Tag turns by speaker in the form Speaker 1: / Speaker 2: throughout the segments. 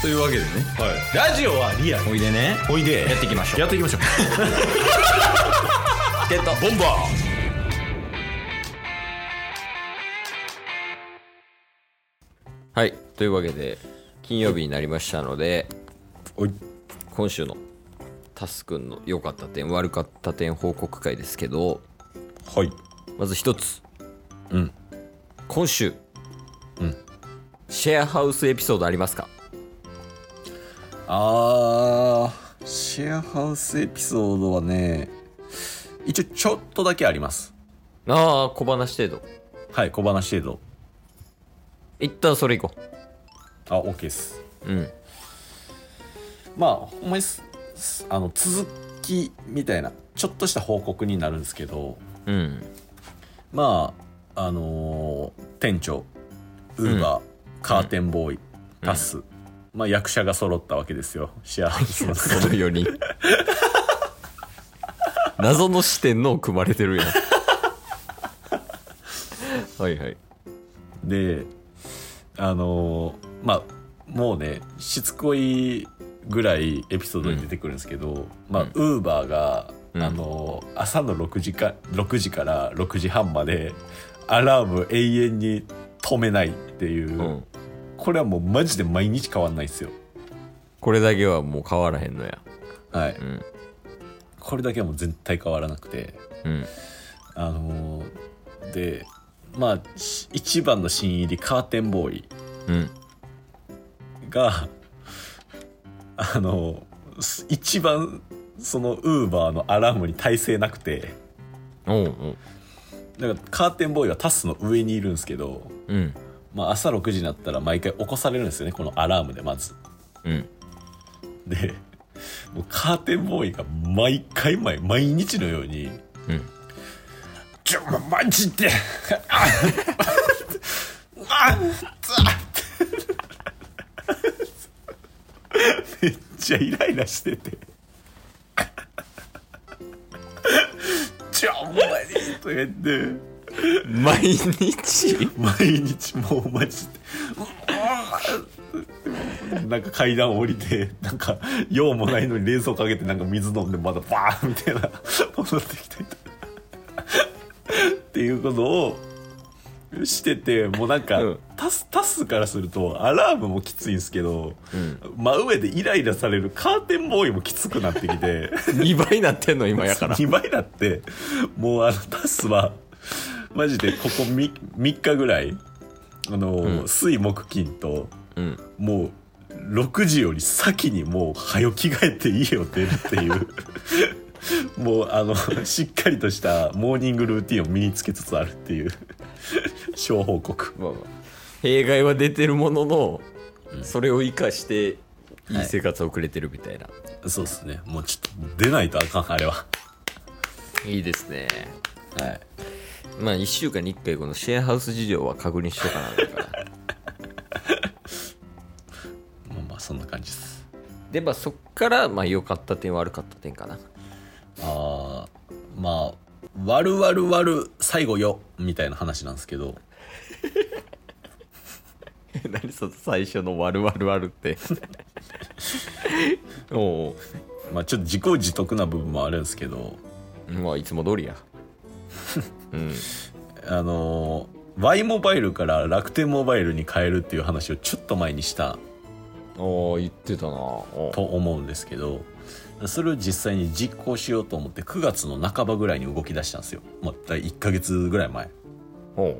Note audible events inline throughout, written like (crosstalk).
Speaker 1: というわけでね
Speaker 2: はい、ラジオはリアル
Speaker 1: おいでね
Speaker 2: おいで
Speaker 1: やっていきましょう
Speaker 2: やっていきましょう
Speaker 1: (laughs) ゲット
Speaker 2: ボンバ
Speaker 1: はいというわけで金曜日になりましたので
Speaker 2: ーおい
Speaker 1: 今週のタスくんの良かった点悪かった点報告会ですけど
Speaker 2: はい
Speaker 1: まず一つ
Speaker 2: うん
Speaker 1: 今週うんシェアハウスエピソードありますか
Speaker 2: あーシェアハウスエピソードはね一応ちょっとだけあります
Speaker 1: ああ小話程度
Speaker 2: はい小話程度
Speaker 1: 一旦それいこ
Speaker 2: あ OK です
Speaker 1: ううん
Speaker 2: まあほんまにすすあの続きみたいなちょっとした報告になるんですけど
Speaker 1: うん
Speaker 2: まああのー店長ウーバー、カーテンボーイ、タス、まあ、役者が揃ったわけですよシェアハウスの中
Speaker 1: その4人 (laughs) 謎の視点の組まれてるやんはいはい
Speaker 2: であのーまあもうねしつこいぐらいエピソードに出てくるんですけど、まあウーバーが、
Speaker 1: うん
Speaker 2: あのー朝の6時か6時から6時半までアラーム永遠に止めないっていう、
Speaker 1: うん
Speaker 2: これはもうマジで毎日変わんないですよ
Speaker 1: これだけはもう変わらへんのや
Speaker 2: はい、
Speaker 1: ん
Speaker 2: これだけはもう絶対変わらなくて
Speaker 1: うん
Speaker 2: あのーでまあし一番の新入りカーテンボーイ
Speaker 1: うん
Speaker 2: があのす一番そのウーバーのアラームに耐性なくて
Speaker 1: おうおう
Speaker 2: だからカーテンボーイはタスの上にいるんですけど、
Speaker 1: うん
Speaker 2: まあ、朝6時になったら毎回起こされるんですよねこのアラームでまず。
Speaker 1: うん
Speaker 2: でもうカーテンボーイが毎回毎毎日のように
Speaker 1: うん
Speaker 2: 「ちょまマジであああめっちゃイライラしてて「ちょほんまに」とか言って
Speaker 1: 毎 (laughs) 日
Speaker 2: 毎日もうマジでうんなんか階段降りてなんか用もないのに冷蔵かけてなんか水飲んでまだバーンみたいな戻ってきてっていうことをしててもうなんか、
Speaker 1: うん
Speaker 2: タスタスからするとアラームもきついんですけど、真上でイライラされるカーテンボーイもきつくなってきて。
Speaker 1: 2倍なってんの今
Speaker 2: (laughs)
Speaker 1: やから
Speaker 2: 2倍だってもうあのタスはマジでここ 3, 日ぐらいあの、水木金と
Speaker 1: うん
Speaker 2: もう6時より先にもう早着替えて家を出るっていう (laughs) もうあのしっかりとしたモーニングルーティンを身につけつつあるっていう小報告
Speaker 1: まあまあ弊害は出てるものの、それを生かしていい生活を送れてるみたいな、
Speaker 2: そうですねもうちょっと出ないとあかんあれは、
Speaker 1: い、いですね
Speaker 2: はい、
Speaker 1: まあ1週間に1回このシェアハウス事情は確認しとかなあかんから
Speaker 2: まあまあそんな感じです
Speaker 1: でまあそっからまあ良かった点悪かった点かな
Speaker 2: あーまあ「わるわるわる最後よ」みたいな話なんですけど
Speaker 1: (laughs) 何その最初の「悪悪悪」って (laughs) おう
Speaker 2: まあちょっと自業自得な部分もあるんですけど
Speaker 1: おうまあいつも通 (laughs) りやうん
Speaker 2: あのー Y モバイルから楽天モバイルに変えるっていう話をちょっと前にした
Speaker 1: おお言ってたなお
Speaker 2: と思うんですけどそれを実際に実行しようと思って9月の半ばぐらいに動き出したんですよ、まあ、大体1ヶ月ぐらい前
Speaker 1: おう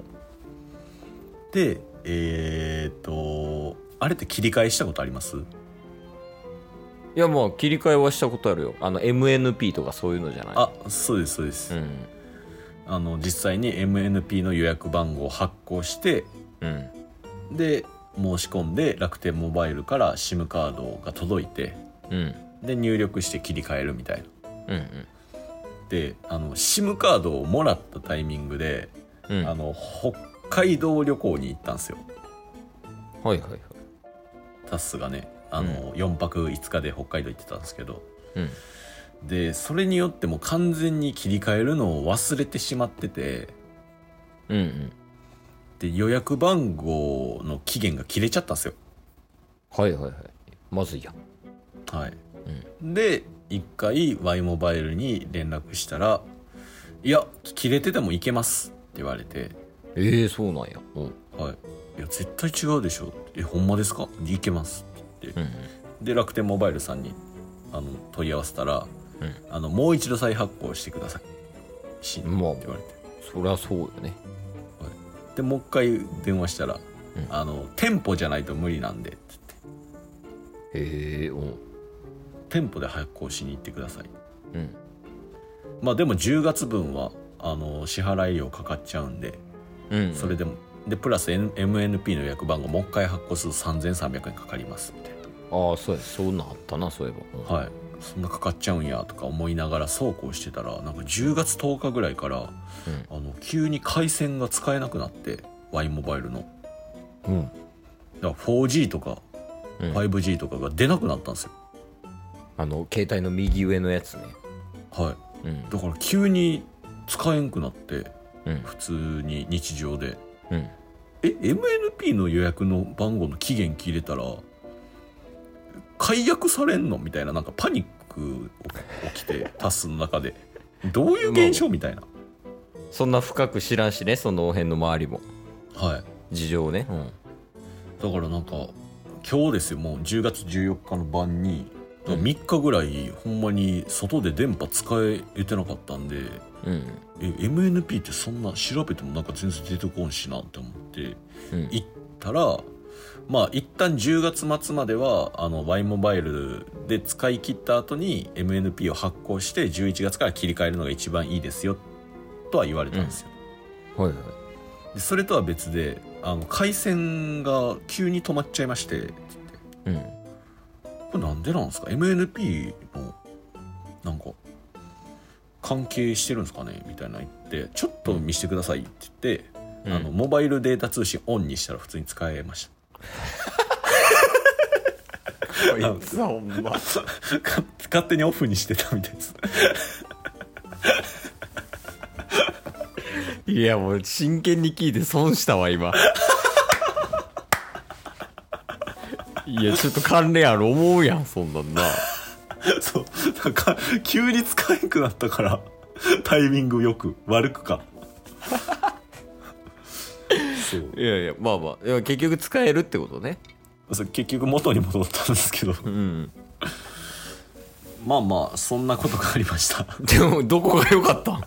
Speaker 2: でえー、っとあれって切り替えしたことあります
Speaker 1: いやまあ切り替えはしたことあるよあの MNP とかそういうのじゃない
Speaker 2: あそうですそうです、
Speaker 1: うん
Speaker 2: あの実際に MNP の予約番号を発行して
Speaker 1: うん
Speaker 2: で申し込んで楽天モバイルから SIM カードが届いて
Speaker 1: うん
Speaker 2: で入力して切り替えるみたいな
Speaker 1: うん
Speaker 2: であの SIM カードをもらったタイミングで、
Speaker 1: うんうん
Speaker 2: あ
Speaker 1: はい
Speaker 2: の北海道旅行に行ったんですよ
Speaker 1: はいはい
Speaker 2: タッスがねあの、4泊5日で北海道行ってたんですけど
Speaker 1: うん
Speaker 2: でそれによってもう完全に切り替えるのを忘れてしまってて
Speaker 1: うんうん
Speaker 2: で予約番号の期限が切れちゃったんですよ
Speaker 1: はいはいはいまずいやん
Speaker 2: はい、で一回 Y モバイルに連絡したら「いや切れててもいけます」って言われて
Speaker 1: ええそうなんやうん
Speaker 2: 「はい、いや絶対違うでしょ」えほんまですか?」いけます」って言って、で楽天モバイルさんにあの問い合わせたら、
Speaker 1: うん
Speaker 2: あの「もう一度再発行してください」しって言
Speaker 1: まあ
Speaker 2: われて
Speaker 1: そりゃそうよね
Speaker 2: でもう一回電話したら「あの店舗じゃないと無理なんで」って言って
Speaker 1: ええうん
Speaker 2: 「店舗で発行しに行ってください」
Speaker 1: うん
Speaker 2: まあでも10月分はあの支払い料かかっちゃうんで
Speaker 1: うん
Speaker 2: それでもでプラス N- MNP の予約番号もう一回発行すると3300円かかりますみたい
Speaker 1: ああそうやそんなんあったなそういえば、
Speaker 2: なはいそんなかかっちゃうんやとか思いながらそうこうしてたらなんか10月10日ぐらいから、あの急に回線が使えなくなって Y モバイルの
Speaker 1: うんうん
Speaker 2: だから 4G とか
Speaker 1: うん
Speaker 2: 5G とかが出なくなったんですよ、
Speaker 1: あの携帯の右上のやつね
Speaker 2: はい
Speaker 1: うん
Speaker 2: だから急に使えんくなって
Speaker 1: うん
Speaker 2: 普通に日常で
Speaker 1: うん
Speaker 2: え MNP の予約の番号の期限切れたら解約されんのみたいななんかパニック起きてタスの中でどういう現象みたいな
Speaker 1: そんな深く知らんしねその辺の周りも
Speaker 2: はい
Speaker 1: 事情ねうん
Speaker 2: だからなんか今日ですよもう10月14日の晩に3日ぐらいほんまに外で電波使えてなかったんで
Speaker 1: うん
Speaker 2: え MNP ってそんな調べてもなんか全然出てこんしなって思って
Speaker 1: うん
Speaker 2: 行ったらまあ一旦10月末まではあの Y モバイルで使い切った後に MNP を発行して11月から切り替えるのが一番いいですよとは言われたんですよ、
Speaker 1: はいはい
Speaker 2: でそれとは別であの回線が急に止まっちゃいましてって
Speaker 1: うん
Speaker 2: これなんでなんですか MNP のなんか関係してるんですかねみたいな言ってちょっと見せてくださいって言って、
Speaker 1: うん
Speaker 2: あのモバイルデータ通信オンにしたら普通に使えました
Speaker 1: こいつはほんま
Speaker 2: か (laughs) 勝手にオフにしてたみたいです (laughs)
Speaker 1: いやもう真剣に聞いて損したわ今いやちょっと関連ある思うやんそんなんな
Speaker 2: そうなんか急に使えんくなったからタイミングよく悪くか (laughs) そう
Speaker 1: いやいやまあまあいや結局使えるってことね
Speaker 2: そう結局元に戻ったんですけど
Speaker 1: うん
Speaker 2: まあまあそんなことがありました (laughs)
Speaker 1: でもどこが良かったん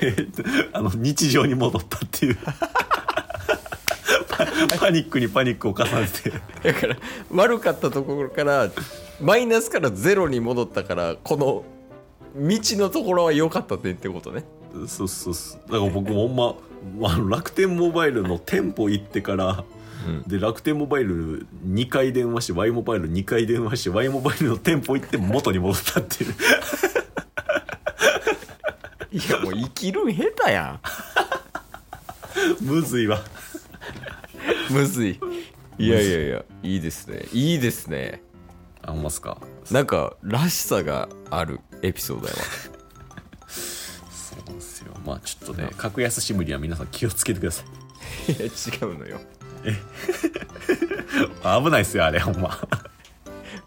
Speaker 2: えっとあの日常に戻ったって (laughs) いうパパニックにパニックを重ねて
Speaker 1: だから悪かったところからマイナスからゼロに戻ったからこの道のところは良かった点ってことね
Speaker 2: そうそうそうだから僕ほんまま (laughs) あ楽天モバイルの店舗行ってから、
Speaker 1: うん
Speaker 2: で楽天モバイル2回電話して Y モバイル2回電話して Y モバイルの店舗行って元に戻ったっていう (laughs)
Speaker 1: いやもう生きるん下手や
Speaker 2: むずいわ
Speaker 1: んむずいいやいやいやいいですねいいですね
Speaker 2: あほんますか
Speaker 1: なんからしさがあるエピソードやわ
Speaker 2: そうなんですよまあちょっとね格安シムには皆さん気をつけてください
Speaker 1: (laughs) いや違うのよ
Speaker 2: 危ないっすよあれほんま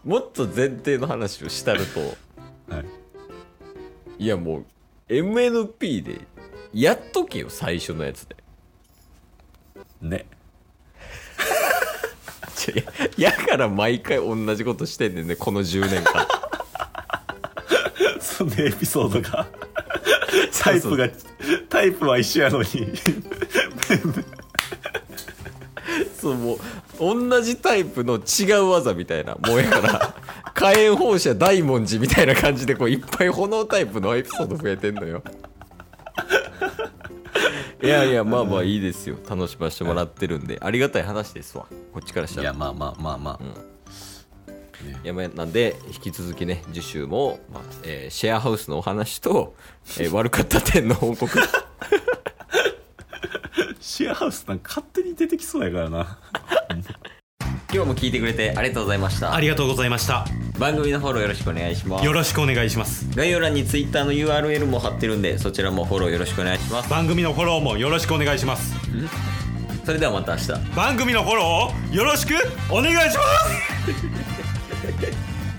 Speaker 1: もっと前提の話をしたると
Speaker 2: はい
Speaker 1: いやもう MNP でやっとけよ最初のや (laughs) つで
Speaker 2: ね
Speaker 1: ちょややから毎回同じことしてんねんねこの10年間
Speaker 2: そんなエピソード (laughs) がタイプがタイプは一緒やのに
Speaker 1: そうもう同じタイプの違う技みたいなもうや (laughs) から火炎放射大文字みたいな感じでこういっぱい炎タイプのエピソード増えてんのよいやいやまあまあいいですよ楽しませてもらってるんでありがたい話ですわこっちからした
Speaker 2: い
Speaker 1: ら
Speaker 2: やまあまあまあまあ、
Speaker 1: やめなんで引き続きね次週も、まあえーシェアハウスのお話と、え (laughs) ー悪かった点の報告
Speaker 2: シェアハウスなんか勝手に出てきそうやからな
Speaker 1: 今日も聞いてくれてありがとうございました
Speaker 3: ありがとうございました。
Speaker 1: 番組のフォローよろしくお願いします
Speaker 3: よろしくお願いします。
Speaker 1: 概要欄に Twitter の URL も貼ってるんでそちらもフォローよろしくお願いします
Speaker 3: 番組のフォローもよろしくお願いします。
Speaker 2: それではまた明日
Speaker 3: 番組のフォローをよろしくお願いします